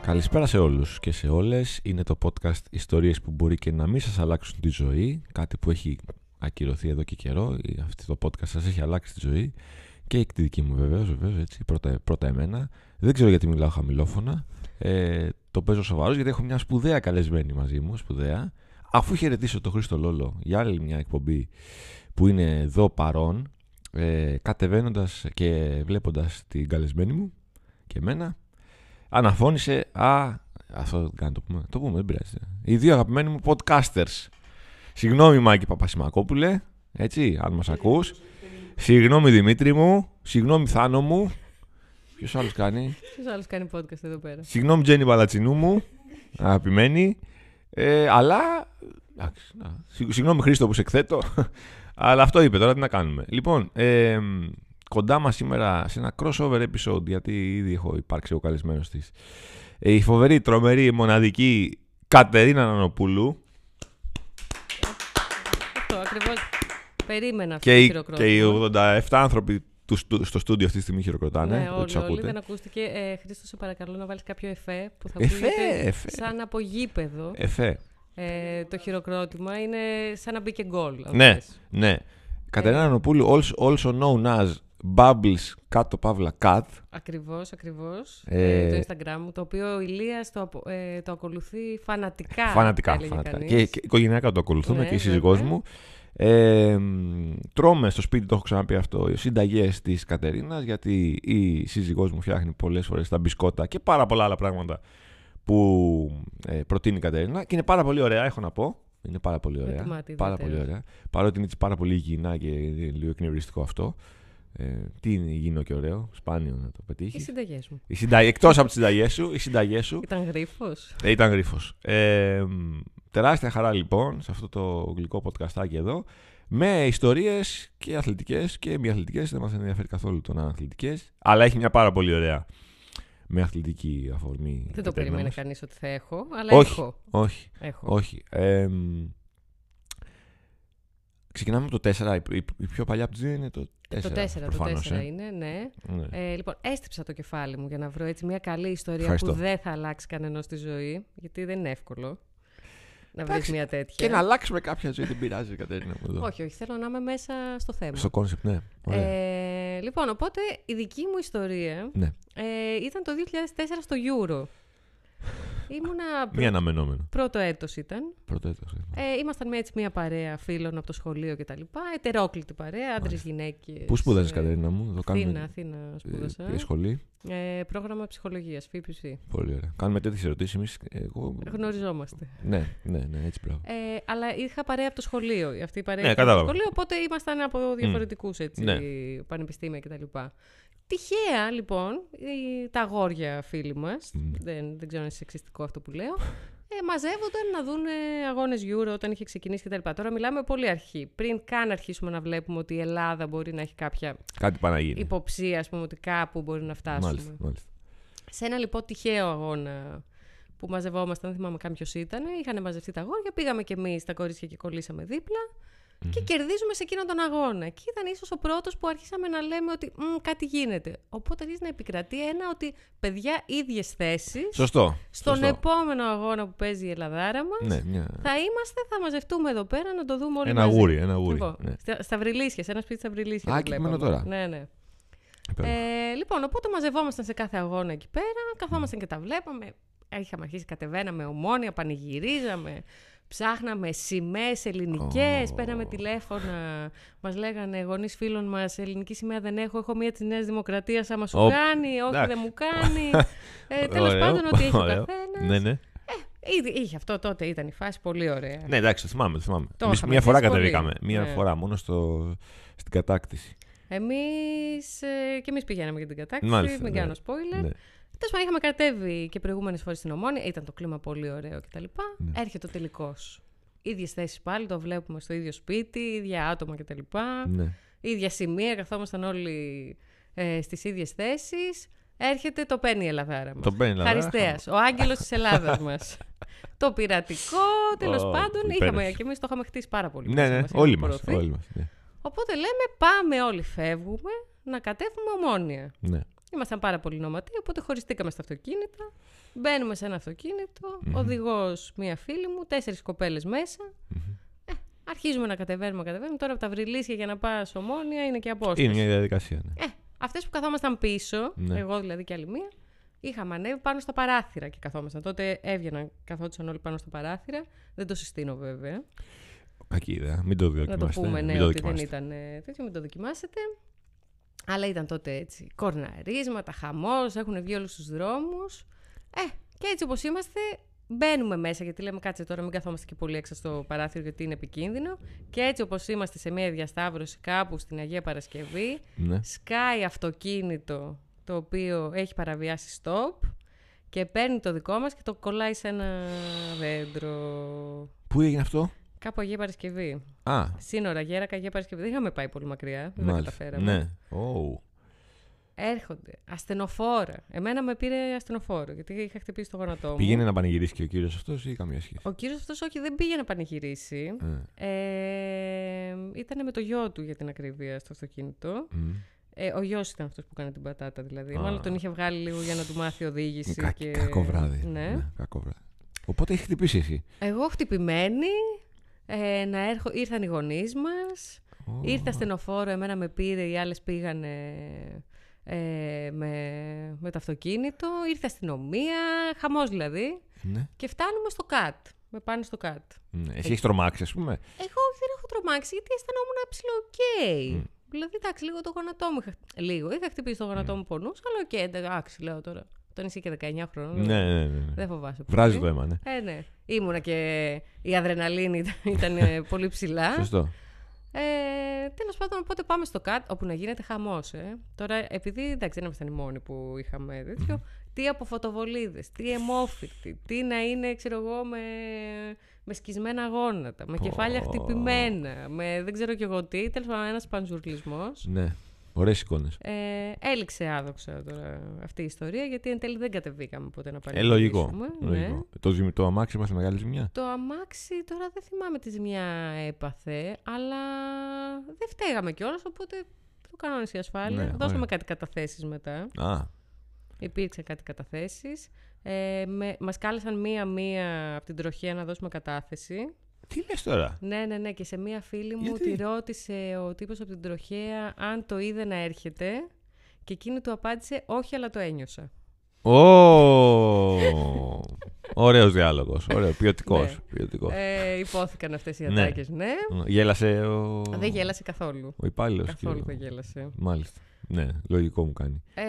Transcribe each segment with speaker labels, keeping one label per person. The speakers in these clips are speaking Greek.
Speaker 1: Καλησπέρα σε όλους και σε όλες. Είναι το podcast ιστορίες που μπορεί και να μην σας αλλάξουν τη ζωή. Κάτι που έχει ακυρωθεί εδώ και καιρό. Αυτό το podcast σας έχει αλλάξει τη ζωή. Και τη δική μου βεβαίως, βεβαίως έτσι, πρώτα, πρώτα εμένα. Δεν ξέρω γιατί μιλάω χαμηλόφωνα. Ε, το παίζω σοβαρός γιατί έχω μια σπουδαία καλεσμένη μαζί μου, σπουδαία. Αφού χαιρετήσω τον Χρήστο Λόλο για άλλη μια εκπομπή που είναι εδώ παρόν, ε, κατεβαίνοντας και βλέποντας την καλεσμένη μου και εμένα, αναφώνησε. Α, αυτό δεν κάνει το πούμε. Το πούμε, δεν πειράζει. Οι δύο αγαπημένοι μου podcasters. Συγγνώμη, Μάκη Παπασημακόπουλε. Έτσι, αν μας ακούς. Συγγνώμη, Δημήτρη μου. Συγγνώμη, Θάνο μου. Ποιος άλλος κάνει.
Speaker 2: Ποιος άλλος κάνει podcast εδώ πέρα.
Speaker 1: Συγγνώμη, Τζένι Παλατσινού μου. Αγαπημένη. Ε, αλλά. εντάξει, να. Συ- Συγγνώμη, Χρήστο που σε εκθέτω. Αλλά αυτό είπε τώρα, τι να κάνουμε. Λοιπόν, ε, κοντά μας σήμερα σε ένα crossover episode, γιατί ήδη έχω υπάρξει ο καλεσμένος της. Ε, η φοβερή, τρομερή, μοναδική Κατερίνα Νανοπούλου
Speaker 2: Αυτό ακριβώς. Περίμενα αυτό
Speaker 1: και
Speaker 2: το
Speaker 1: οι,
Speaker 2: χειροκρότημα.
Speaker 1: και οι 87 άνθρωποι του, στου- στο στούντιο αυτής τη στιγμή χειροκροτάνε.
Speaker 2: ναι,
Speaker 1: δεν
Speaker 2: όλοι,
Speaker 1: τους
Speaker 2: όλοι,
Speaker 1: ακούτε.
Speaker 2: δεν ακούστηκε. Ε, Χρήστο, σε παρακαλώ να βάλεις κάποιο εφέ που θα
Speaker 1: Εφέ,
Speaker 2: ακούγεται
Speaker 1: εφέ.
Speaker 2: σαν από γήπεδο.
Speaker 1: Εφέ.
Speaker 2: Ε, το χειροκρότημα είναι σαν να μπει και γκολ. αν
Speaker 1: Ναι,
Speaker 2: θες.
Speaker 1: ναι. Κατερίνα Νανοπούλου, also, also known as Bubbles κάτω παύλα cat.
Speaker 2: Ακριβώς, ακριβώς.
Speaker 1: Ε,
Speaker 2: Ε, το Instagram μου, το οποίο ο Ηλίας το, απο- ε, το ακολουθεί φανατικά.
Speaker 1: Φανατικά.
Speaker 2: θα έλεγε
Speaker 1: φανατικά.
Speaker 2: κανείς.
Speaker 1: Και, και οικογενειακά το ακολουθούμε
Speaker 2: Ναι,
Speaker 1: και η σύζυγός
Speaker 2: βέβαια.
Speaker 1: μου. Ε, μ, τρώμε στο σπίτι, το έχω ξαναπεί αυτό, συνταγές της Κατερίνας, γιατί η σύζυγός μου φτιάχνει πολλές φορές τα μπισκότα και πάρα πολλά άλλα πράγματα που ε, προτείνει η Κατερίνα. Και είναι πάρα πολύ ωραία, έχω να πω. Είναι πάρα πολύ
Speaker 2: Με
Speaker 1: ωραία.
Speaker 2: τομάτι
Speaker 1: πάρα πολύ
Speaker 2: ιδιαίτερα.
Speaker 1: ωραία. Παρότι είναι έτσι πάρα πολύ υγιεινά και είναι λίγο εκνευριστικό αυτό. Ε, τι είναι υγιεινό και ωραίο, σπάνιο να το
Speaker 2: Οι
Speaker 1: πετύχει.
Speaker 2: συνταγές μου.
Speaker 1: Εκτός από τις συνταγές σου, οι συνταγές σου
Speaker 2: Ήταν γρίφος.
Speaker 1: ε, ήταν γρίφος. Ε, μ, τεράστια χαρά λοιπόν σε αυτό το γλυκό podcastάκι εδώ. Με ιστορίες και αθλητικές και μη αθλητικές. Δεν μας ενδιαφέρει καθόλου το να είναι αθλητικές. Αλλά έχει μια πάρα πολύ ωραία με αθλητική αφορμή.
Speaker 2: Δεν το
Speaker 1: Κατερίνα
Speaker 2: περίμενε
Speaker 1: μας.
Speaker 2: κανείς ότι θα έχω, αλλά
Speaker 1: Όχι.
Speaker 2: έχω.
Speaker 1: Όχι,
Speaker 2: έχω.
Speaker 1: όχι. Ε, μ, ξεκινάμε από το 4. Η, η- η πιο παλιά από τις δύο είναι το 4.
Speaker 2: Ε, Το 4, το 4
Speaker 1: ε.
Speaker 2: είναι, ναι.
Speaker 1: Ναι.
Speaker 2: Ε, λοιπόν, έστριψα το κεφάλι μου για να βρω έτσι μια καλή ιστορία
Speaker 1: Ευχαριστώ.
Speaker 2: που δεν θα αλλάξει κανένα στη ζωή, γιατί δεν είναι εύκολο να βρεις
Speaker 1: Εντάξει,
Speaker 2: μια τέτοια.
Speaker 1: Και να αλλάξουμε κάποια ζωή, δεν πειράζει, Κατερίνα μου. εδώ.
Speaker 2: Όχι, όχι, θέλω να είμαι μέσα στο θέμα.
Speaker 1: Στο κόνσεπτ, ναι. Ωραία.
Speaker 2: Ε, λοιπόν, οπότε η δική μου ιστορία
Speaker 1: Ναι.
Speaker 2: ε, ήταν το 2004 στο Euro. Ήμουνα πρω-
Speaker 1: Μη αναμενόμενο.
Speaker 2: πρώτο έτος ήταν.
Speaker 1: Πρώτο έτος.
Speaker 2: Ε, ήμασταν μια, έτσι μια παρέα φίλων από το σχολείο κτλ. Ετερόκλητη παρέα, άντρες, γυναίκες.
Speaker 1: Πού σπούδαζε, Κατερίνα μου, εδώ
Speaker 2: ε, Αθήνα,
Speaker 1: κάνουμε.
Speaker 2: Αθήνα
Speaker 1: ε,
Speaker 2: σπούδασα.
Speaker 1: ε, σχολή.
Speaker 2: Ε, πρόγραμμα ψυχολογίας, PPC.
Speaker 1: Πολύ ωραία. Κάνουμε τέτοιες ερωτήσεις εμείς. Εγώ...
Speaker 2: Γνωριζόμαστε.
Speaker 1: Ναι, ναι, ναι, έτσι πράγμα.
Speaker 2: Ε, αλλά είχα παρέα από το σχολείο. Αυτή η παρέα
Speaker 1: Ναι,
Speaker 2: ήταν από το
Speaker 1: κατάλαβα.
Speaker 2: σχολείο, οπότε ήμασταν από διαφορετικούς έτσι,
Speaker 1: Ναι.
Speaker 2: πανεπιστήμια κτλ. Τυχαία, λοιπόν, οι- τα αγόρια φίλοι μας, δεν, δεν ξέρω αν είναι σεξιστικό αυτό που λέω, ε, μαζεύονταν να δουν αγώνες Euro όταν είχε ξεκινήσει κτλ. Τώρα μιλάμε πολύ αρχή. Πριν καν αρχίσουμε να βλέπουμε ότι η Ελλάδα μπορεί να έχει κάποια
Speaker 1: Κάτι πάει να γίνει.
Speaker 2: υποψία, ας πούμε, ότι κάπου μπορεί να φτάσουμε.
Speaker 1: Μάλιστα, μάλιστα.
Speaker 2: Σε ένα λοιπόν τυχαίο αγώνα που μαζευόμασταν, δεν θυμάμαι καν ποιος ήταν, είχαν μαζευτεί τα αγόρια, πήγαμε κι εμείς τα κορίτσια και κολλήσαμε δίπλα και κερδίζουμε σε εκείνον τον αγώνα. Και ήταν ίσως ο πρώτος που αρχίσαμε να λέμε ότι «Μμ, κάτι γίνεται. Οπότε αρχίζει να επικρατεί ένα ότι παιδιά ίδιες θέσεις.
Speaker 1: Σωστό.
Speaker 2: Στον
Speaker 1: σωστό.
Speaker 2: επόμενο αγώνα που παίζει η Ελλαδάρα μας,
Speaker 1: Ναι, μια...
Speaker 2: θα είμαστε, θα μαζευτούμε εδώ πέρα να το δούμε όλοι
Speaker 1: Ένα
Speaker 2: μαζί.
Speaker 1: γούρι, ένα γούρι.
Speaker 2: Λοιπόν,
Speaker 1: ναι.
Speaker 2: στα, στα Βρυλίσια, σε ένα σπίτι στα Βρυλίσια.
Speaker 1: Α,
Speaker 2: το
Speaker 1: και μένω
Speaker 2: βλέπαμε.
Speaker 1: τώρα.
Speaker 2: Ναι, ναι.
Speaker 1: Υπέροχα.
Speaker 2: Ε, λοιπόν, οπότε μαζευόμασταν σε κάθε αγώνα εκεί πέρα, καθόμασταν και τα βλέπαμε. Είχαμε αρχίσει, κατεβαίναμε ομόνια, πανηγυρίζαμε, ψάχναμε σημαίες ελληνικές,
Speaker 1: Ω.
Speaker 2: παίρναμε τηλέφωνα. Μας λέγανε γονείς φίλων μας: Ελληνική σημαία δεν έχω, έχω μία της Νέας Δημοκρατίας. Άμα σου
Speaker 1: Ω,
Speaker 2: κάνει, όχι
Speaker 1: εντάξει.
Speaker 2: δεν μου κάνει. ε, Τέλος
Speaker 1: Ωραίο,
Speaker 2: πάντων, ό,τι έχει ο
Speaker 1: ωραίο.
Speaker 2: καθένας.
Speaker 1: Ναι, ναι.
Speaker 2: Είχε αυτό τότε, ήταν η φάση πολύ ωραία.
Speaker 1: Ναι, εντάξει, το θυμάμαι. Το θυμάμαι.
Speaker 2: Το
Speaker 1: Εμείς
Speaker 2: είχαμε
Speaker 1: μια φορά
Speaker 2: ζήσει πολύ.
Speaker 1: κατεβήκαμε. Μια
Speaker 2: Ναι.
Speaker 1: φορά μόνο στο... στην κατάκτηση.
Speaker 2: Εμείς, ε, και εμείς πηγαίναμε για την κατάκτηση,
Speaker 1: Μάλιστα,
Speaker 2: μην
Speaker 1: ναι.
Speaker 2: κάνω spoiler.
Speaker 1: Ναι.
Speaker 2: Τέλος πάντων, είχαμε κατέβει και προηγούμενες φορές στην Ομόνια, ήταν το κλίμα πολύ ωραίο κτλ.
Speaker 1: Ναι.
Speaker 2: Έρχεται ο τελικός. ίδιες θέσεις πάλι, το βλέπουμε στο ίδιο σπίτι, ίδια άτομα κτλ.
Speaker 1: ναι.
Speaker 2: ίδια σημεία, καθόμασταν όλοι ε, στις ίδιες θέσεις. Έρχεται το παίρνει η Ελλαδάρα μας.
Speaker 1: Το παίρνει η Ελλάδα.
Speaker 2: Χαριστέας, ο άγγελος της Ελλάδας μας. το πειρατικό, τέλος
Speaker 1: Ω,
Speaker 2: πάντων. Είχαμε,
Speaker 1: υπέροχη.
Speaker 2: και εμείς το είχαμε χτίσει πάρα πολύ.
Speaker 1: Ναι,
Speaker 2: μέσα
Speaker 1: ναι,
Speaker 2: μας, είχαμε
Speaker 1: όλοι μας.
Speaker 2: πορωθεί.
Speaker 1: Όλοι μας, ναι.
Speaker 2: Οπότε λέμε πάμε όλοι φεύγουμε να κατέβουμε ομόνια.
Speaker 1: ναι.
Speaker 2: Ήμασταν πάρα πολύ νοματοί, οπότε χωριστήκαμε στα αυτοκίνητα. Μπαίνουμε σε ένα αυτοκίνητο, οδηγός μία φίλη μου, τέσσερις κοπέλες μέσα. Ε, αρχίζουμε να κατεβαίνουμε, κατεβαίνουμε. Τώρα από τα βρυλίσια για να πας ομόνια είναι και απόσταση.
Speaker 1: Είναι μια διαδικασία. Ναι.
Speaker 2: Ε, αυτές που καθόμασταν πίσω,
Speaker 1: Ναι.
Speaker 2: εγώ δηλαδή και άλλη μία, είχαμε ανέβει πάνω στα παράθυρα και καθόμασταν. Τότε έβγαιναν, καθόντουσαν όλοι πάνω στα παράθυρα. Δεν το συστήνω βέβαια.
Speaker 1: Κακή ιδέα. Μην το
Speaker 2: Να το
Speaker 1: δοκιμάσετε.
Speaker 2: πούμε,
Speaker 1: μην
Speaker 2: ναι,
Speaker 1: το
Speaker 2: ότι δεν
Speaker 1: δοκιμάσετε.
Speaker 2: ήταν ε, τέτοιο, μην το δοκιμάσετε. Αλλά ήταν τότε έτσι. Κορναρίσματα, χαμός, έχουν βγει όλους τους δρόμους. Ε, και έτσι όπως είμαστε, μπαίνουμε μέσα. Γιατί λέμε, κάτσε τώρα, μην καθόμαστε και πολύ έξω στο παράθυρο, γιατί είναι επικίνδυνο. Και έτσι όπως είμαστε σε μια διασταύρωση κάπου στην Αγία Παρασκευή,
Speaker 1: Ναι.
Speaker 2: σκάει αυτοκίνητο το οποίο έχει παραβιάσει stop και παίρνει το δικό μας και το κολλάει σε ένα δέντρο.
Speaker 1: Πού έγινε αυτό?
Speaker 2: Κάπου Αγία Παρασκευή.
Speaker 1: Α,
Speaker 2: Σύνορα, Γέρακα, Αγία Παρασκευή. Δεν είχαμε πάει πολύ μακριά. Δεν τα
Speaker 1: μάλιστα.
Speaker 2: καταφέραμε.
Speaker 1: Ναι. Ω,
Speaker 2: Έρχονται. Ασθενοφόρα. Εμένα με πήρε ασθενοφόρο, γιατί είχα χτυπήσει το γόνατό μου.
Speaker 1: Πήγαινε να πανηγυρίσει και ο κύριος αυτός ή καμία σχέση.
Speaker 2: Ο κύριος αυτός όχι, δεν πήγε να πανηγυρίσει.
Speaker 1: Ε,
Speaker 2: Ε, ήταν με το γιο του για την ακρίβεια στο αυτοκίνητο.
Speaker 1: μ.
Speaker 2: Ε, ο γιος ήταν αυτός που έκανε την πατάτα, δηλαδή.
Speaker 1: Α.
Speaker 2: Μάλλον τον είχε βγάλει λίγο για να του μάθει οδήγηση.
Speaker 1: Κα-
Speaker 2: και...
Speaker 1: Κακό βράδυ.
Speaker 2: Ναι.
Speaker 1: Ναι, Κακό βράδυ. Οπότε έχει χτυπήσει εσύ.
Speaker 2: Εγώ χτυπημένη. Ε, να έρχο... Ήρθαν οι γονείς μας.
Speaker 1: Ω,
Speaker 2: Ήρθα στενοφόρο, εμένα με πήρε, οι άλλες πήγανε ε, με, με το αυτοκίνητο, ήρθε αστυνομία, χαμός δηλαδή.
Speaker 1: Ναι.
Speaker 2: Και φτάνουμε στο ΚΑΤ, με πάνε στο ΚΑΤ.
Speaker 1: Ναι. Εσύ έχει τρομάξει, ας πούμε.
Speaker 2: Εγώ δεν έχω τρομάξει γιατί αισθανόμουν ψηλό οκ. Δηλαδή, εντάξει, λίγο το γόνατό μου είχα, χτυ- λίγο, είχα χτυπήσει το γόνατό μου πονούς, αλλά οκ, εντάξει, λέω τώρα. Όταν είσαι και 19 χρόνων,
Speaker 1: Ναι, ναι, ναι. ναι.
Speaker 2: Ε. δεν φοβάσαι πολύ.
Speaker 1: Βράζει το αίμα, ναι.
Speaker 2: Ε, ναι. Ήμουνα και η αδρεναλίνη ήταν- ήταν ε, πολύ ψηλά.
Speaker 1: Σωστό.
Speaker 2: Ε, Τέλος πάντων, οπότε πάμε στο ΚΑΤ όπου να γίνεται χαμός. Ε. Τώρα, επειδή εντάξει, δεν ήμασταν οι μόνοι που είχαμε τέτοιο, τι από φωτοβολίδες, τι αιμόφυρτη, τι να είναι, ξέρω εγώ, με, με σκισμένα γόνατα, με κεφάλια
Speaker 1: Πω.
Speaker 2: χτυπημένα, με δεν ξέρω κι εγώ τι. Τέλος πάντων, ένας παντζουρλισμό.
Speaker 1: Ναι. Ωραίες εικόνες.
Speaker 2: Ε, έληξε άδοξα τώρα αυτή η ιστορία γιατί εν τέλει δεν κατεβήκαμε ποτέ να πάρει.
Speaker 1: Ε, λογικό.
Speaker 2: ναι.
Speaker 1: λογικό. Το, ζυμ- το αμάξι μας μεγάλη ζημιά.
Speaker 2: Το αμάξι τώρα δεν θυμάμαι τη ζημιά έπαθε, αλλά δεν φταίγαμε κιόλας, οπότε το κανόνισε η ασφάλεια.
Speaker 1: Ναι,
Speaker 2: Δώσαμε
Speaker 1: ωραία.
Speaker 2: κάτι καταθέσεις μετά.
Speaker 1: Α,
Speaker 2: Υπήρξαν κάτι καταθέσεις. Ε, με, μας κάλεσαν μία-μία από την τροχέα να δώσουμε κατάθεση.
Speaker 1: τι λες τώρα.
Speaker 2: Ναι, ναι, ναι. Και σε μία φίλη μου
Speaker 1: Γιατί?
Speaker 2: τη ρώτησε ο τύπος από την τροχέα αν το είδε να έρχεται. Και εκείνη του απάντησε όχι, αλλά το ένιωσα.
Speaker 1: Ω! Ωραίος διάλογος. Ωραίο. Ποιοτικός.
Speaker 2: Ναι. Ε, υπόθηκαν αυτές οι
Speaker 1: Ναι.
Speaker 2: ατάκες, ναι.
Speaker 1: Γέλασε ο.
Speaker 2: Δεν γέλασε καθόλου.
Speaker 1: Ο υπάλληλος.
Speaker 2: Καθόλου δεν γέλασε.
Speaker 1: Μάλιστα. Ναι, λογικό μου κάνει.
Speaker 2: Ε,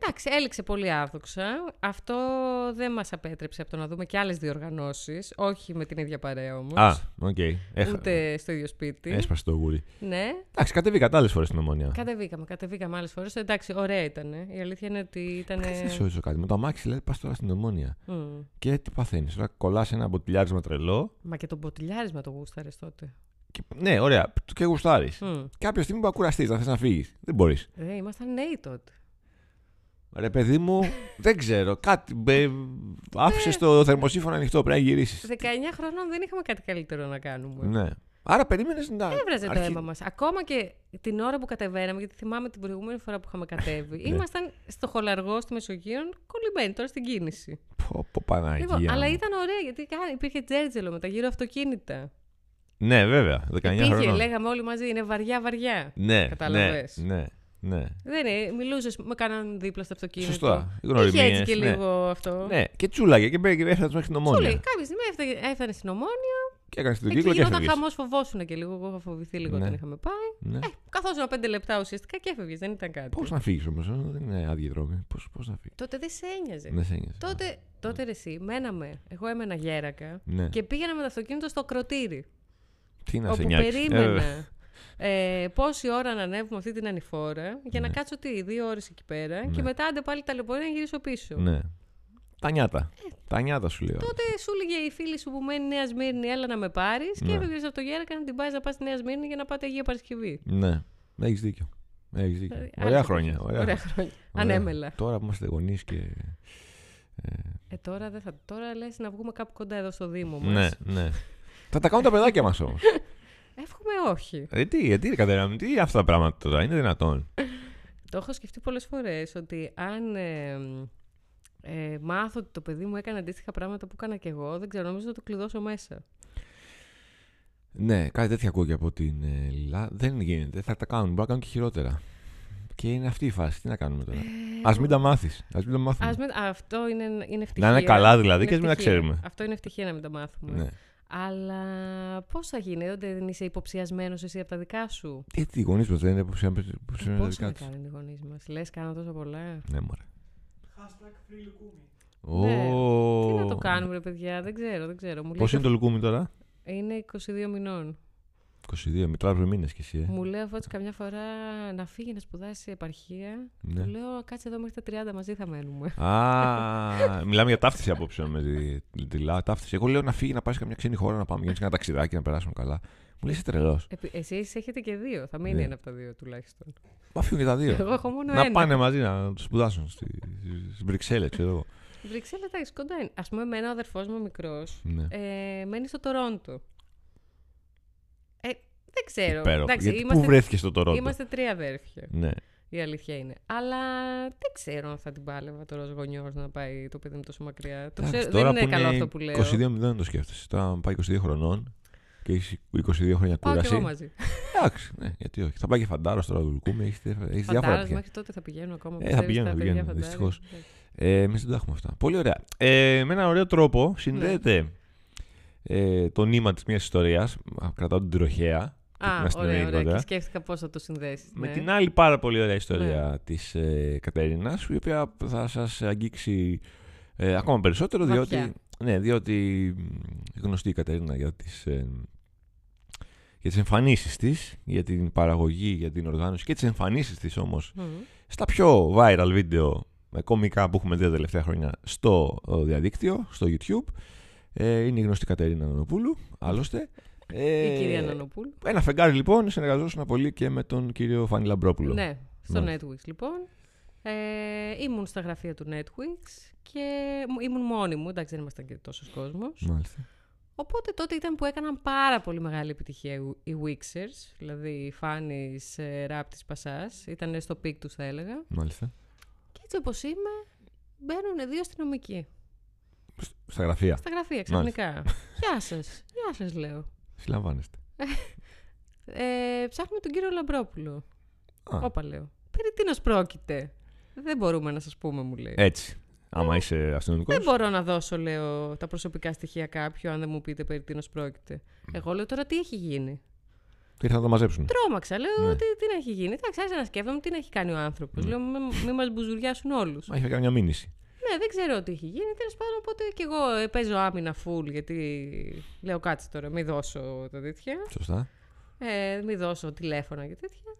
Speaker 2: εντάξει, έληξε πολύ άδοξα. Αυτό δεν μας απέτρεψε από το να δούμε και άλλες διοργανώσεις, όχι με την ίδια παρέα όμως,
Speaker 1: Α, οκ. Έχα-
Speaker 2: ούτε στο ίδιο σπίτι.
Speaker 1: Έσπασε το γούρι.
Speaker 2: Ναι,
Speaker 1: Εντάξει, κατέβηκα άλλες φορές στην ομονία.
Speaker 2: κατεβήκαμε, κατεβήκαμε άλλες φορές. Εντάξει, ωραία ήταν. Η αλήθεια είναι ότι ήταν...
Speaker 1: Κάτσε να σου ρωτήσω κάτι. Με το αμάξι, λέει, πας τώρα στην ομόνια. Και τι παθαίνεις. Τώρα κολλάς ένα μποτιλιάρισμα τρελό.
Speaker 2: Μα και το μποτιλιάρισμα το γούσταρες τότε.
Speaker 1: Και... Ναι, ωραία. Και γουστάρεις.
Speaker 2: Μμ.
Speaker 1: Κάποια στιγμή που ακουραστείς, θα θες να φύγεις. Δεν μπορείς.
Speaker 2: Ε, ήμασταν νέοι τότε.
Speaker 1: Ρε παιδί μου, δεν ξέρω. Κάτι. Άφησε
Speaker 2: Ε.
Speaker 1: το θερμοσύφωνο ανοιχτό. Πρέπει να γυρίσεις.
Speaker 2: 19 χρονών δεν είχαμε κάτι καλύτερο να κάνουμε.
Speaker 1: Ναι. Άρα περίμενες να.
Speaker 2: Έβραζε το
Speaker 1: αρχι-
Speaker 2: αίμα μας. Ακόμα και την ώρα που κατεβαίναμε, γιατί θυμάμαι την προηγούμενη φορά που είχαμε κατέβει,
Speaker 1: Ναι.
Speaker 2: ήμασταν στο χολαργό στη Μεσογείων, κολλημένοι τώρα στην κίνηση.
Speaker 1: Πω, πω, Παναγία.
Speaker 2: Λοιπόν, αλλά
Speaker 1: μου.
Speaker 2: ήταν ωραία γιατί κα- υπήρχε τζέρτζελο με τα γύρω αυτοκίνητα.
Speaker 1: Ναι, βέβαια. 19
Speaker 2: Πήγε,
Speaker 1: χρόνια.
Speaker 2: λέγαμε όλοι μαζί, είναι βαριά, βαριά.
Speaker 1: Ναι, ναι,
Speaker 2: Κατάλαβες.
Speaker 1: ναι, ναι.
Speaker 2: Δεν είναι, μιλούσες με κανέναν δίπλα στο αυτοκίνητο.
Speaker 1: Σωστά.
Speaker 2: Είχε
Speaker 1: Γνωριμίες,
Speaker 2: έτσι και
Speaker 1: ναι.
Speaker 2: λίγο αυτό.
Speaker 1: Ναι, και τσούλαγε και μπήκε- έφτασε μέχρι την
Speaker 2: Σου λέει,
Speaker 1: ομόνια.
Speaker 2: κάποια στιγμή έφτανε, έφτανε στην Ομόνια.
Speaker 1: Και έκανε τον
Speaker 2: Εκεί
Speaker 1: κύκλο και
Speaker 2: γινόταν
Speaker 1: έφυγε.
Speaker 2: χαμό, φοβόσουν και λίγο. Εγώ είχα φοβηθεί λίγο
Speaker 1: Ναι.
Speaker 2: όταν είχαμε πάει.
Speaker 1: Ναι.
Speaker 2: Ε, καθόσουν πέντε λεπτά ουσιαστικά και έφευγες, δεν ήταν κάτι.
Speaker 1: Πώς να φύγεις όμως, δεν είναι άδειοι δρόμοι. Πώς να φύγεις.
Speaker 2: Τότε δεν σε ένοιαζε.
Speaker 1: Δεν σε ένοιαζε.
Speaker 2: Τότε, τότε ρε εσύ, μέναμε. Εγώ έμενα γέρακα
Speaker 1: Ναι.
Speaker 2: και πήγαινα με το αυτοκίνητο στο κροτήρι.
Speaker 1: Τι να σε
Speaker 2: όπου
Speaker 1: νοιάξει. Ε, βέβαια.
Speaker 2: περίμενα ε, πόση ώρα να ανέβουμε αυτή την ανηφόρα για
Speaker 1: Ναι.
Speaker 2: να κάτσω τι, δύο ώρες εκεί πέρα και μετά άντε πάλι τα λεπορία να γυρίσω πίσω.
Speaker 1: Ναι. Τα νιάτα. Τα νιάτα σου λέω.
Speaker 2: ε, Τότε σου έλεγε η φίλη σου που μένει Νέα Σμύρνη, έλα να με πάρεις
Speaker 1: Ναι.
Speaker 2: και έφευγε από το γέρακα να την πάει να πας στη Νέα Σμύρνη για να πάτε Αγία Παρασκευή.
Speaker 1: Ναι. Έχεις δίκιο. Έχεις δίκιο.
Speaker 2: Δηλαδή,
Speaker 1: Ωραία
Speaker 2: άλλες
Speaker 1: χρόνια.
Speaker 2: εποχές.
Speaker 1: Ωραία.
Speaker 2: Ωραία
Speaker 1: χρόνια.
Speaker 2: χρόνια.
Speaker 1: Ωραία.
Speaker 2: Ανέμελα.
Speaker 1: Τώρα που είμαστε γονείς και.
Speaker 2: Ε, τώρα δεν θα. Τώρα λες να βγούμε κάπου κοντά εδώ στο Δήμο μας.
Speaker 1: Ναι, ναι. Θα τα κάνουν τα παιδάκια Ε, μας όμως.
Speaker 2: Εύχομαι όχι.
Speaker 1: Γιατί, γιατί, ρε Κατερίνα μου, τι είναι αυτά τα πράγματα τώρα, είναι δυνατόν.
Speaker 2: Το έχω σκεφτεί πολλές φορές ότι αν ε, ε, μάθω ότι το παιδί μου έκανε αντίστοιχα πράγματα που έκανα κι εγώ, δεν ξέρω, νομίζω να το κλειδώσω μέσα.
Speaker 1: Ναι, κάτι τέτοιο ακούω και από την ε, Λιλά. Δεν γίνεται. Θα τα κάνουν. Μπορεί να κάνουν και χειρότερα. Και είναι αυτή η φάση. Τι να κάνουμε τώρα. Ας μην τα μάθεις. Ας μην τα μάθουμε.
Speaker 2: Ε, Ας μην- α, αυτό είναι, είναι
Speaker 1: Να
Speaker 2: ευτυχία.
Speaker 1: είναι καλά δηλαδή
Speaker 2: Είναι
Speaker 1: και ας μην τα
Speaker 2: ευτυχία.
Speaker 1: ξέρουμε.
Speaker 2: Αυτό είναι ευτυχία να μην τα μάθουμε.
Speaker 1: Ναι.
Speaker 2: Αλλά πώς θα γίνει, όταν δεν είσαι υποψιασμένος εσύ από τα δικά σου.
Speaker 1: Γιατί οι γονείς μας δεν είναι υποψιασμένοι
Speaker 2: Ε,
Speaker 1: με
Speaker 2: Πόσα να
Speaker 1: δικά του.
Speaker 2: κάνουν οι γονείς μας. Λες, κάνω τόσα πολλά.
Speaker 1: Ναι, μωρέ.
Speaker 2: Ναι. Τι να το
Speaker 1: Ω.
Speaker 2: κάνουμε, ρε παιδιά, δεν ξέρω, δεν ξέρω. Μου λέει,
Speaker 1: Πώς είναι το λουκούμι τώρα,
Speaker 2: είναι 22 μηνών.
Speaker 1: 22, μετράζουμε μήνες κι εσύ. Ε.
Speaker 2: Μου λέει αυτό καμιά φορά να φύγει να σπουδάσει σε επαρχία.
Speaker 1: Ναι.
Speaker 2: Του λέω, κάτσε εδώ μέχρι τα 30 μαζί θα μένουμε.
Speaker 1: Α, μιλάμε για ταύτιση απόψε με τη- τη, τη λα, ταύτιση. Εγώ λέω να φύγει, να πάει σε καμιά ξένη χώρα, να πάμε για να κάνεις ένα ταξιδάκι, να περάσουμε καλά. Μου λέει τρελός.
Speaker 2: Επί- Εσείς έχετε και δύο. Θα μείνει
Speaker 1: Ναι.
Speaker 2: ένα από τα δύο τουλάχιστον.
Speaker 1: Μα φύγουν και τα δύο.
Speaker 2: Εγώ έχω μόνο
Speaker 1: να
Speaker 2: ένα.
Speaker 1: πάνε μαζί να του σπουδάσουν στη, στη Βρυξέλλες, ξέρω εγώ.
Speaker 2: Βρυξέλλα, εντάξει, κοντά είναι. Ας πούμε, εμένα ο αδερφός μου μικρός
Speaker 1: Ναι.
Speaker 2: ε, μένει στο Τορόντο. Ε, δεν ξέρω.
Speaker 1: Υπέροχο.
Speaker 2: Εντάξει,
Speaker 1: Γιατί
Speaker 2: είμαστε,
Speaker 1: πού βρέθηκες στο Τωρόντο.
Speaker 2: είμαστε τρία αδέρφια.
Speaker 1: Ναι.
Speaker 2: Η αλήθεια είναι. Αλλά δεν ξέρω αν θα την πάλευα τώρα ως γονιός να πάει το παιδί μου τόσο μακριά. Το
Speaker 1: Εντάξει,
Speaker 2: ξέρω,
Speaker 1: τώρα
Speaker 2: δεν είναι
Speaker 1: που
Speaker 2: καλό αυτό που λέω.
Speaker 1: 22 δεν το σκέφτεσαι. Τώρα, αν πάει 22 χρονών και έχεις 22 χρόνια
Speaker 2: Πάω και εγώ
Speaker 1: κούραση.
Speaker 2: μαζί.
Speaker 1: Εντάξει, ναι, γιατί όχι. Θα πάει και φαντάρος τώρα του λουκούμι, έχει διάφορα
Speaker 2: Φαντάζομαι
Speaker 1: τέτοια.
Speaker 2: μέχρι τότε θα πηγαίνουν ακόμα.
Speaker 1: Ε, θα
Speaker 2: πιστεύεις,
Speaker 1: πηγαίνουν,
Speaker 2: τα
Speaker 1: θα
Speaker 2: παιδιά
Speaker 1: πηγαίνουν,
Speaker 2: φαντάρια.
Speaker 1: δυστυχώς. Ε, Εμείς δεν τα έχουμε αυτά. Πολύ ωραία. Ε, με έναν ωραίο τρόπο
Speaker 2: Ναι.
Speaker 1: συνδέεται ε, το νήμα της μιας ιστορίας, κρατάω την τροχέα,
Speaker 2: Α,
Speaker 1: την αστυνομία
Speaker 2: ωραία, ωραία.
Speaker 1: κοντά,
Speaker 2: Και σκέφτηκα πώς θα το Ναι. συνδέσεις.
Speaker 1: με την άλλη πάρα πολύ ωραία ιστορία
Speaker 2: Ναι.
Speaker 1: της ε, Κατερίνας, η οποία θα σας αγγίξει ε, ακόμα περισσότερο,
Speaker 2: Βαθιά.
Speaker 1: διότι, ναι, διότι μ, γνωστή η Κατερίνα για τις, ε, για τις εμφανίσεις της, για την παραγωγή, για την οργάνωση και τις εμφανίσεις της όμως στα πιο viral βίντεο με κομικά που έχουμε δει τα τελευταία χρόνια στο ε, διαδίκτυο, στο YouTube. Ε, είναι η γνωστή Κατερίνα Νανοπούλου, άλλωστε. Ε,
Speaker 2: Η κυρία Νανοπούλου.
Speaker 1: Ένα φεγγάρι λοιπόν, συνεργαζόσουν πολύ και με τον κύριο Φάνη Λαμπρόπουλο.
Speaker 2: Ναι, στο
Speaker 1: Μάλιστα.
Speaker 2: Netflix λοιπόν. Ε, ήμουν στα γραφεία του Netflix και μου- ήμουν μόνη μου, εντάξει δεν ήμασταν και τόσος κόσμος.
Speaker 1: Μάλιστα.
Speaker 2: Οπότε τότε ήταν που έκαναν πάρα πολύ μεγάλη επιτυχία οι οι Wixers, δηλαδή οι φάνης ε, ραπ της Πασάς, ήταν στο πικ τους θα έλεγα.
Speaker 1: Μάλιστα.
Speaker 2: Και έτσι όπως είμαι, μπαίνουν δύο αστυνομικοί
Speaker 1: Στα γραφεία.
Speaker 2: στα γραφεία ξαφνικά. γεια σας, γεια σας λέω.
Speaker 1: Συλλαμβάνεστε.
Speaker 2: Ε, ψάχνουμε τον κύριο Λαμπρόπουλο.
Speaker 1: Α,
Speaker 2: Όπα λέω. Περί τίνος πρόκειται. Δεν μπορούμε να σας πούμε, μου λέει.
Speaker 1: έτσι. Άμα είσαι αστυνομικός.
Speaker 2: Δεν μπορώ να δώσω, λέω, τα προσωπικά στοιχεία κάποιου, αν δεν μου πείτε περί τίνος πρόκειται. Εγώ λέω τώρα τι έχει γίνει.
Speaker 1: Ήρθαν να το μαζέψουν.
Speaker 2: Τρόμαξα, λέω
Speaker 1: Ναι.
Speaker 2: ότι τι να έχει γίνει. Εντάξει, άρχισα να σκέφτομαι τι να έχει κάνει ο άνθρωπος. Λέω, μη, μη μας μπουζουριάσουν όλους.
Speaker 1: Μα είχε κάνει μια μήνυση.
Speaker 2: ναι, δεν ξέρω τι έχει γίνει. Τέλος πάντων, οπότε και εγώ ε, παίζω άμυνα full, γιατί λέω κάτσε τώρα, μη δώσω τα τέτοια.
Speaker 1: Σωστά.
Speaker 2: Ε, μη δώσω τηλέφωνα και τέτοια.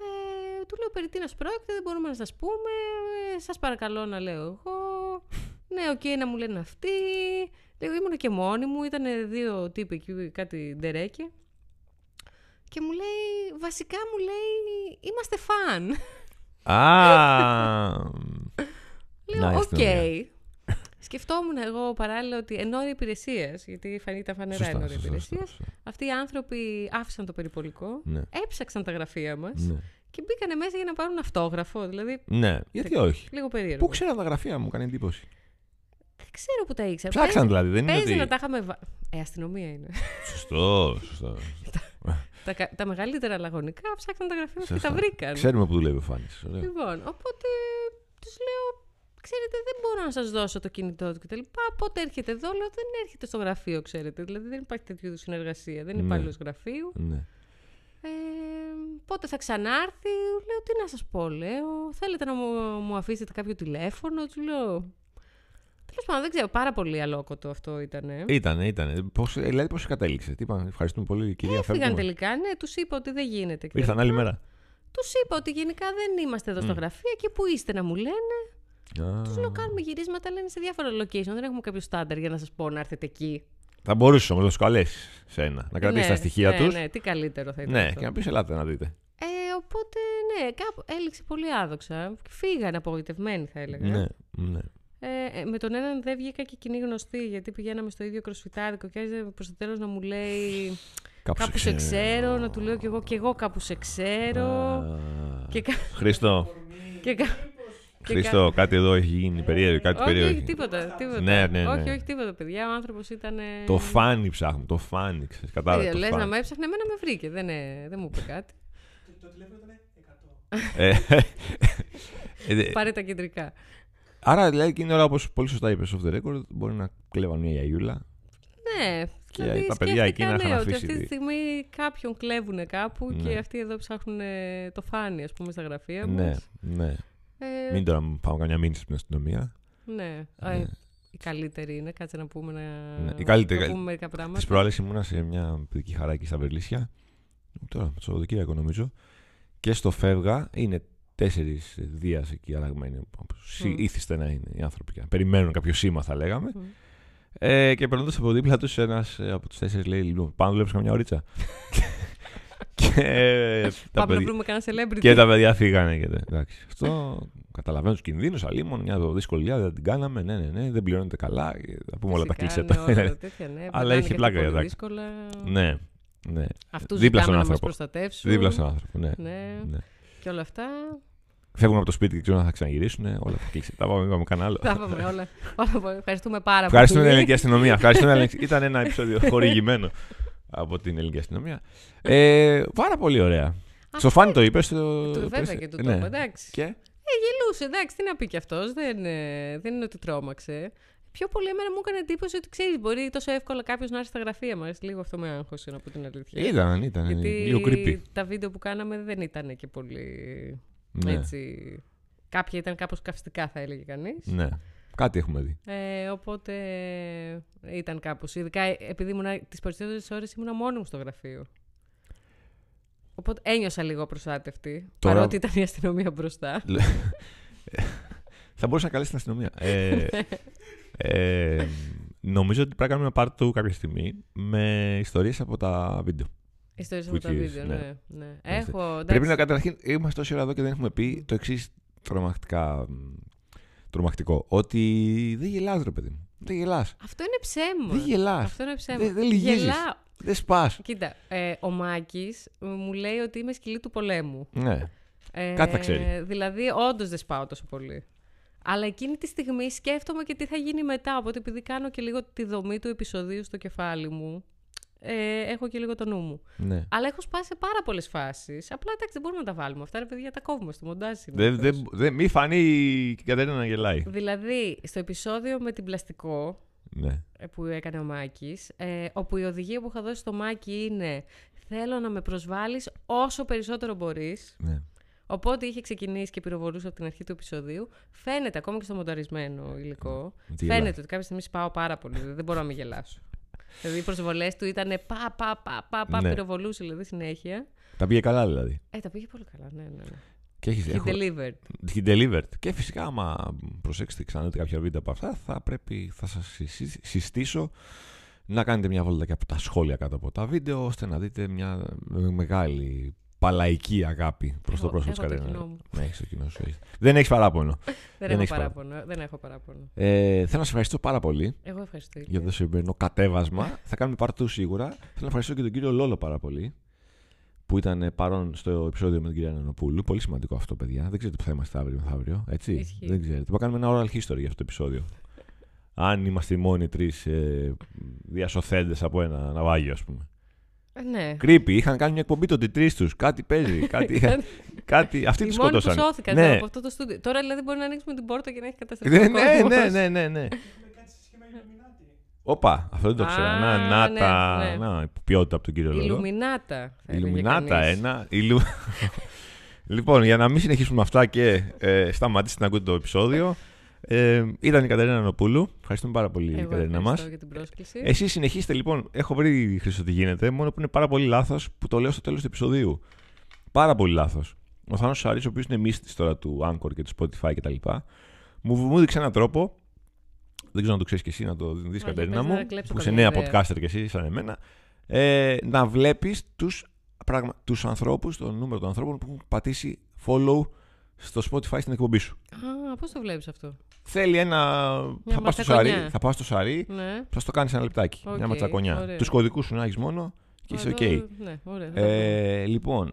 Speaker 2: Ε, του λέω περί τίνος πρόκειται, δεν μπορούμε να σας πούμε. Ε, σας παρακαλώ να λέω εγώ. Ναι, οκ, να μου λένε αυτοί. Λίγο ήμουν και μόνη μου, ήταν δύο τύποι εκεί, κάτι ντερέκια. Και μου λέει, βασικά μου λέει, είμαστε φαν.
Speaker 1: Α!
Speaker 2: Λέω,
Speaker 1: Να, η
Speaker 2: οκ.
Speaker 1: αστυνομία.
Speaker 2: Σκεφτόμουν εγώ παράλληλα ότι ενώ εργασία, γιατί φανεί τα φανερά
Speaker 1: Σωστά,
Speaker 2: ενώ
Speaker 1: σωστά, σωστά,
Speaker 2: εργασία,
Speaker 1: σωστά.
Speaker 2: αυτοί οι άνθρωποι άφησαν το περιπολικό,
Speaker 1: Ναι.
Speaker 2: έψαξαν τα γραφεία μας
Speaker 1: Ναι.
Speaker 2: Και μπήκανε μέσα για να πάρουν αυτόγραφο. Δηλαδή,
Speaker 1: Ναι, γιατί όχι.
Speaker 2: λίγο περίεργο.
Speaker 1: Πού ξέραν τα γραφεία μου, κάνει εντύπωση.
Speaker 2: Δεν ξέρω που τα ήξερα.
Speaker 1: Ψάξαν δηλαδή, δεν είναι
Speaker 2: Παίζει
Speaker 1: ότι.
Speaker 2: Ε, να τα είχαμε. βα- Ε, αστυνομία είναι.
Speaker 1: Σωστό, σωστό.
Speaker 2: τα, κα- τα μεγαλύτερα λαγωνικά ψάξαν τα γραφεία μας και
Speaker 1: Σωστά.
Speaker 2: τα βρήκαν.
Speaker 1: Ξέρουμε που δουλεύει ο Φάνης.
Speaker 2: Λοιπόν, οπότε τους λέω, ξέρετε, δεν μπορώ να σας δώσω το κινητό του κτλ. Πότε έρχεται εδώ, λέω, δεν έρχεται στο γραφείο, ξέρετε. Δηλαδή δεν υπάρχει τέτοιου είδους συνεργασία. Δεν είναι
Speaker 1: Ναι.
Speaker 2: υπάλληλος γραφείου.
Speaker 1: Ναι.
Speaker 2: Ε, πότε θα ξανάρθει, λέω τι να σας πω, λέω, θέλετε να μου, μου αφήσετε κάποιο τηλέφωνο, του λέω. Τέλος πάντων, δεν ξέρω, πάρα πολύ αλόκοτο αυτό ήτανε.
Speaker 1: Ήτανε, ήτανε. Πώς, δηλαδή πώς κατέληξε. Τι είπαν, ευχαριστούμε πολύ, κυρία
Speaker 2: Ε, Έφυγαν
Speaker 1: Φεύγουμε.
Speaker 2: τελικά, ναι, τους είπα ότι δεν γίνεται. και
Speaker 1: Ήρθαν
Speaker 2: τα
Speaker 1: άλλη
Speaker 2: λοιπά.
Speaker 1: μέρα.
Speaker 2: Τους είπα ότι γενικά δεν είμαστε εδώ στο γραφείο και που είστε να μου λένε.
Speaker 1: Α,
Speaker 2: Τους λέω κάνουμε γυρίσματα, λένε σε διάφορα location, δεν έχουμε κάποιο στάνταρ για να σας πω να έρθετε εκεί.
Speaker 1: Θα μπορούσες όμως να τους καλέσεις σε ένα. Να κρατήσεις
Speaker 2: Ναι,
Speaker 1: τα στοιχεία
Speaker 2: ναι,
Speaker 1: τους.
Speaker 2: Ναι, τι καλύτερο θα ήταν.
Speaker 1: Ναι,
Speaker 2: αυτό.
Speaker 1: και να πεις ελάτε να δείτε.
Speaker 2: Ε, οπότε, ναι, κάπου έληξε πολύ άδοξα. Φύγανε απογοητευμένοι, θα έλεγα.
Speaker 1: Ναι, ναι.
Speaker 2: Ε, ε, με τον έναν δεν βγήκα και κοινή γνωστή, γιατί πηγαίναμε στο ίδιο κροσφιτάδικο και άρχισε προς το τέλος να μου λέει Κάπου σε ξέρω, να του λέω κι εγώ κι εγώ κάπου σε ξέρω.
Speaker 1: Α,
Speaker 2: Και, κα...
Speaker 1: Χρήστο,
Speaker 2: και, κα... και
Speaker 1: Χρήστο, κάτι εδώ έχει γίνει περίεργο. Κάτι
Speaker 2: κα... Όχι,
Speaker 1: περίεργο.
Speaker 2: όχι,
Speaker 1: έχει γίνει.
Speaker 2: τίποτα. τίποτα.
Speaker 1: Ναι, ναι, ναι.
Speaker 2: Όχι, όχι, τίποτα, παιδιά. Ο άνθρωπος ήταν. ε,
Speaker 1: Το φάνη ψάχνουμε, το φάνη. ξέρεις, Κατάλαβε.
Speaker 2: ε,
Speaker 1: το
Speaker 2: Λες
Speaker 1: φάνη.
Speaker 2: να με έψαχνε, εμένα με βρήκε. Δεν, ε, δεν μου είπε κάτι.
Speaker 1: Ε, ε, ε,
Speaker 2: Πάρε τα κεντρικά.
Speaker 1: Άρα, δηλαδή, εκείνη την ώρα, όπως πολύ σωστά είπες, off the record, μπορεί να κλέβαν μια γιαγιούλα.
Speaker 2: Ναι.
Speaker 1: Και
Speaker 2: δηλαδή,
Speaker 1: τα παιδιά
Speaker 2: σκέφτηκα,
Speaker 1: εκείνα είχαν
Speaker 2: λέω, ότι
Speaker 1: αφήσει
Speaker 2: αυτή τη
Speaker 1: τη-
Speaker 2: στιγμή κάποιον κλέβουν κάπου
Speaker 1: Ναι.
Speaker 2: και αυτοί εδώ ψάχνουν ε, το φάνη, ας πούμε, στα γραφεία μας.
Speaker 1: Ναι, ναι.
Speaker 2: Ε,
Speaker 1: Μην τώρα μου πάμε καμιά μήνυση στην αστυνομία.
Speaker 2: Ναι.
Speaker 1: Ναι.
Speaker 2: Ε, η καλύτερη είναι, κάτσε να πούμε να,
Speaker 1: Ναι, η καλύτερη,
Speaker 2: να
Speaker 1: καλ-
Speaker 2: πούμε μερικά πράγματα.
Speaker 1: Της προάλλης ήμουνα σε μια παιδική χαρά εκεί στα Βερλίσια. Τώρα, το Σαββατοκύριακο νομίζω. Και στο φεύγα είναι τέσσερις δίας εκεί αλλαγμένοι. Όπω
Speaker 2: Μμμ.
Speaker 1: ήθιστε να είναι οι άνθρωποι. Περιμένουν κάποιο σήμα, θα λέγαμε.
Speaker 2: Μμμ.
Speaker 1: Ε, και περνώντας από δίπλα τους, ένας από τους τέσσερις λέει: Λοιπόν, πάμε να δουλέψουμε μια ωρίτσα. και, ε, τα
Speaker 2: Πάμε να
Speaker 1: παιδιά,
Speaker 2: βρούμε κανένα celebrity.
Speaker 1: και τα παιδιά φύγανε. Και, τα- εντάξει, αυτό καταλαβαίνω τους κινδύνους. Αλλήμον, μια δυσκολία δεν την κάναμε. Ναι, ναι, ναι, δεν πληρώνεται καλά. ε, Θα πούμε όλα τα
Speaker 2: Φυσικά,
Speaker 1: κλεισέ.
Speaker 2: ναι, όλα τέτοια, ναι, πετάνε
Speaker 1: είχε
Speaker 2: και
Speaker 1: πλάκα,
Speaker 2: πολύ
Speaker 1: εντάξει.
Speaker 2: Δύσκολα.
Speaker 1: ναι, ναι.
Speaker 2: Αυτούς
Speaker 1: Δίπλα
Speaker 2: ζητάμε
Speaker 1: στον
Speaker 2: να μας
Speaker 1: άνθρωπο.
Speaker 2: προστατεύσουν.
Speaker 1: Δίπλα στον άνθρωπο, ναι.
Speaker 2: Ναι.
Speaker 1: Ναι.
Speaker 2: Και όλα αυτά.
Speaker 1: Φεύγουν από το σπίτι και ξέρουν αν θα ξαναγυρίσουν. Όλα τα κλείσει. Τα πάμε, είπαμε κανένα άλλο.
Speaker 2: Τα είπαμε όλα. Όλα, Ευχαριστούμε πάρα πολύ.
Speaker 1: Ευχαριστούμε την ελληνική αστυνομία. Ευχαριστούμε, Αλέξη. Ήταν ένα επεισόδιο χορηγημένο από την ελληνική αστυνομία. Ε, πάρα πολύ ωραία. Στο φάνη το είπες. Το...
Speaker 2: Του- ε, Βέβαια
Speaker 1: πες-
Speaker 2: και του
Speaker 1: ναι.
Speaker 2: τόπου, εντάξει.
Speaker 1: Και
Speaker 2: Γελούσε, εντάξει, τι να πει κι αυτός. Δεν, ε, δεν είναι ότι τρόμαξε. Πιο πολύ εμένα μου έκανε εντύπωση ότι ξέρεις, μπορεί τόσο εύκολα κάποιος να έρθει στα γραφεία μα. Λίγο αυτό με άγχωσε να πω την αλήθεια.
Speaker 1: ήταν, ήταν.
Speaker 2: Γιατί
Speaker 1: Ε, Λίγο creepy.
Speaker 2: τα βίντεο που κάναμε δεν ήταν και πολύ.
Speaker 1: Ναι.
Speaker 2: Έτσι. Κάποια ήταν κάπως καυστικά, θα έλεγε κανείς.
Speaker 1: ναι. Κάτι έχουμε δει.
Speaker 2: Ε, οπότε ε, ήταν κάπως. Ειδικά ε, επειδή ήμουνα, τις περισσότερες ώρες ήμουνα μόνη μου στο γραφείο. Οπότε ένιωσα λίγο προστάτευτη,
Speaker 1: Τώρα-
Speaker 2: παρότι ήταν η αστυνομία μπροστά.
Speaker 1: Θα μπορούσα να καλέσει την αστυνομία. Ε, ε, νομίζω ότι πρέπει να κάνουμε part του κάποια στιγμή με ιστορίες από τα βίντεο.
Speaker 2: Ιστορίες
Speaker 1: Που
Speaker 2: από τα
Speaker 1: εκεί,
Speaker 2: βίντεο,
Speaker 1: ναι.
Speaker 2: ναι. ναι. Έχω, εντάξει,
Speaker 1: Πρέπει να καταρχήν. Είμαστε τόση ώρα εδώ και δεν έχουμε πει το εξής τρομακτικά. μ, Τρομακτικό. Ότι δεν γελάς, ρε παιδί μου. Δεν γελάς.
Speaker 2: Αυτό είναι ψέμα.
Speaker 1: Δεν γελάς.
Speaker 2: Αυτό είναι ψέμα.
Speaker 1: Δεν- δεν λυγίζεις.
Speaker 2: Γελάω.
Speaker 1: Δεν σπάς.
Speaker 2: Κοίτα, ε, ο Μάκης ε, μου λέει ότι είμαι σκυλή του πολέμου.
Speaker 1: Ναι.
Speaker 2: Ε,
Speaker 1: Κάτι τα ξέρει.
Speaker 2: Δηλαδή, όντως δεν σπάω τόσο πολύ. Αλλά εκείνη τη στιγμή σκέφτομαι και τι θα γίνει μετά. Οπότε, επειδή κάνω και λίγο τη δομή του επεισοδίου στο κεφάλι μου, ε, έχω και λίγο το νου μου.
Speaker 1: ναι.
Speaker 2: Αλλά έχω σπάσει σε πάρα πολλές φάσεις. Απλά εντάξει, δεν μπορούμε να τα βάλουμε αυτά. Ρε παιδιά, τα κόβουμε στο μοντάζ. είναι
Speaker 1: Δεν,
Speaker 2: αυτός.
Speaker 1: δεν, δεν, μη φανεί η Κατερίνα να γελάει.
Speaker 2: Δηλαδή, στο επεισόδιο με την πλαστικό,
Speaker 1: Ναι.
Speaker 2: ε, που έκανε ο Μάκης, ε, όπου η οδηγία που είχα δώσει στο Μάκη είναι «Θέλω να με προσβάλλεις όσο περισσότερο μπορείς».
Speaker 1: ναι.
Speaker 2: Οπότε είχε ξεκινήσει και πυροβολούσε από την αρχή του επεισοδίου. Φαίνεται ακόμα και στο μονταρισμένο υλικό.
Speaker 1: Τι
Speaker 2: φαίνεται
Speaker 1: γελάς.
Speaker 2: ότι κάποια στιγμή σπάω πάρα πολύ. δηλαδή δεν μπορώ να μην γελάσω. δηλαδή οι προσβολές του ήταν πα, πα, πα, πα, πα
Speaker 1: Ναι.
Speaker 2: πυροβολούσε δηλαδή συνέχεια.
Speaker 1: Τα πήγε καλά δηλαδή.
Speaker 2: Ε, τα πήγε πολύ καλά. Ναι, ναι, ναι.
Speaker 1: Και έχεις,
Speaker 2: He delivered.
Speaker 1: He delivered. Και φυσικά, άμα προσέξετε ξανά κάποια βίντεο από αυτά, θα πρέπει, θα σας συ- συστήσω να κάνετε μια βόλτα και από τα σχόλια κάτω από τα βίντεο, ώστε να δείτε μια μεγάλη παλαϊκή αγάπη προς το
Speaker 2: Έχω-
Speaker 1: πρόσωπο της
Speaker 2: έχω το
Speaker 1: Κατερίνα.
Speaker 2: κοινό μου.
Speaker 1: Ναι, έχεις το κοινό σου. έχεις. Δεν έχεις παράπονο.
Speaker 2: Δεν,
Speaker 1: έχεις
Speaker 2: έχω παράπονο. Δεν έχω παράπονο.
Speaker 1: Ε, θέλω να σε ευχαριστώ πάρα πολύ.
Speaker 2: Εγώ ευχαριστώ.
Speaker 1: για το σημερινό κατέβασμα. θα κάνουμε part 2 σίγουρα. Θέλω να ευχαριστήσω και τον κύριο Λόλο πάρα πολύ που ήταν ε, παρόν στο επεισόδιο με την κυρία Νανοπούλου. Πολύ σημαντικό αυτό, παιδιά. Δεν ξέρετε που θα είμαστε αύριο μεθαύριο. Έτσι.
Speaker 2: Ισχύει.
Speaker 1: Δεν ξέρετε. Θα κάνουμε ένα oral history για αυτό το επεισόδιο. Αν είμαστε οι μόνοι τρεις ε, διασωθέντες από ένα ναυάγιο, ας πούμε.
Speaker 2: Ε, Ναι.
Speaker 1: Κρύπη, είχαν κάνει μια εκπομπή των τρεις τους. Κάτι παίζει. κάτι, κάτι... Αυτοί
Speaker 2: Οι
Speaker 1: τη
Speaker 2: μόνοι που
Speaker 1: σκότωσαν.
Speaker 2: σώθηκαν
Speaker 1: ναι.
Speaker 2: από αυτό το στούντιο. Τώρα δηλαδή μπορεί να ανοίξουμε την πόρτα και να έχει καταστραφεί.
Speaker 1: Ναι,
Speaker 2: ο
Speaker 1: ναι,
Speaker 2: κόσμος.
Speaker 1: ναι, ναι, ναι, ναι. Όπα, αυτό δεν το
Speaker 2: Α,
Speaker 1: ξέρω. Να, να
Speaker 2: ναι,
Speaker 1: τα.
Speaker 2: ναι.
Speaker 1: Να, η ποιότητα από τον κύριο Λόλο.
Speaker 2: Ιλουμινάτα. θα έλεγε
Speaker 1: ναι. Ιλουμινάτα ε,
Speaker 2: κανείς.
Speaker 1: ένα. Ηλου...
Speaker 2: ναι.
Speaker 1: λοιπόν, για να μην συνεχίσουμε αυτά και ε, σταματήσετε να ακούτε το επεισόδιο. Ε, ήταν η Κατερίνα Νοπούλου. Ευχαριστούμε πάρα πολύ, ναι, η
Speaker 2: Εγώ
Speaker 1: Κατερίνα Ε,
Speaker 2: ευχαριστώ
Speaker 1: μας.
Speaker 2: για την πρόσκληση.
Speaker 1: Εσείς συνεχίστε λοιπόν. Έχω βρει χρήστο τι γίνεται. Μόνο που είναι πάρα πολύ λάθος που το λέω στο τέλος του επεισοδίου. Πάρα πολύ λάθος. Ο Θάνος Σάρης, ο οποίος είναι μίστη τώρα του Anchor και του Spotify κτλ., μου, μου δείξε έναν τρόπο. Δεν ξέρω αν το ξέρεις και εσύ, να το δεις
Speaker 2: για
Speaker 1: Κατερίνα
Speaker 2: πες να
Speaker 1: μου,
Speaker 2: κλέψω
Speaker 1: που είσαι
Speaker 2: καμιά
Speaker 1: νέα
Speaker 2: ιδέα.
Speaker 1: podcaster και εσύ, σαν εμένα, ε, να βλέπεις τους πραγμα... τους ανθρώπους, το νούμερο των ανθρώπων που έχουν πατήσει follow στο Spotify στην εκπομπή σου.
Speaker 2: Α, πώς το βλέπεις αυτό.
Speaker 1: Θέλει ένα.
Speaker 2: Μια
Speaker 1: θα πας στο
Speaker 2: ματσακονιά.
Speaker 1: Σαρί, θα πας στο Σαρί,
Speaker 2: Ναι.
Speaker 1: θα στο κάνεις ένα λεπτάκι.
Speaker 2: Οκ,
Speaker 1: μια ματσακονιά.
Speaker 2: ωραία.
Speaker 1: Τους κωδικούς σου να έχεις μόνο και είσαι οκ.
Speaker 2: Εδώ, Ναι, ωραία. θα τα
Speaker 1: Ε, λοιπόν,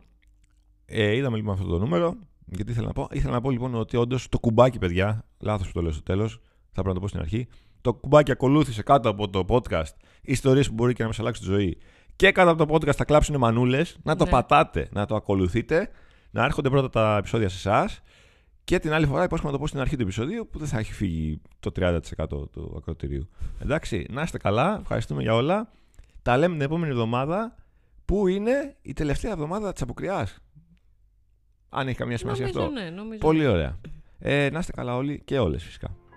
Speaker 1: ε, είδαμε λοιπόν αυτό το νούμερο. Γιατί ήθελα να πω, ήθελα να πω λοιπόν ότι όντως το κουμπάκι, παιδιά, λάθος που το λέω στο τέλος, θα πρέπει να το πω στην αρχή. Το κουμπάκι ακολούθησε κάτω από το podcast ιστορίες που μπορεί και να μας αλλάξει τη ζωή. Και κάτω από το podcast θα κλάψουν μανούλες. Να το
Speaker 2: Ναι.
Speaker 1: πατάτε, να το ακολουθείτε. Να έρχονται πρώτα τα επεισόδια σε εσάς. Και την άλλη φορά υπόσχομαι να το πω στην αρχή του επεισοδίου που δεν θα έχει φύγει το 30% του ακροτηρίου. Εντάξει, να είστε καλά. Ευχαριστούμε για όλα. Τα λέμε την επόμενη εβδομάδα που είναι η τελευταία εβδομάδα της αποκριάς. Αν έχει καμία σημασία
Speaker 2: Νομίζω
Speaker 1: αυτό.
Speaker 2: ναι, νομίζω.
Speaker 1: Πολύ ωραία. Ε, να είστε καλά όλοι και όλες φυσικά.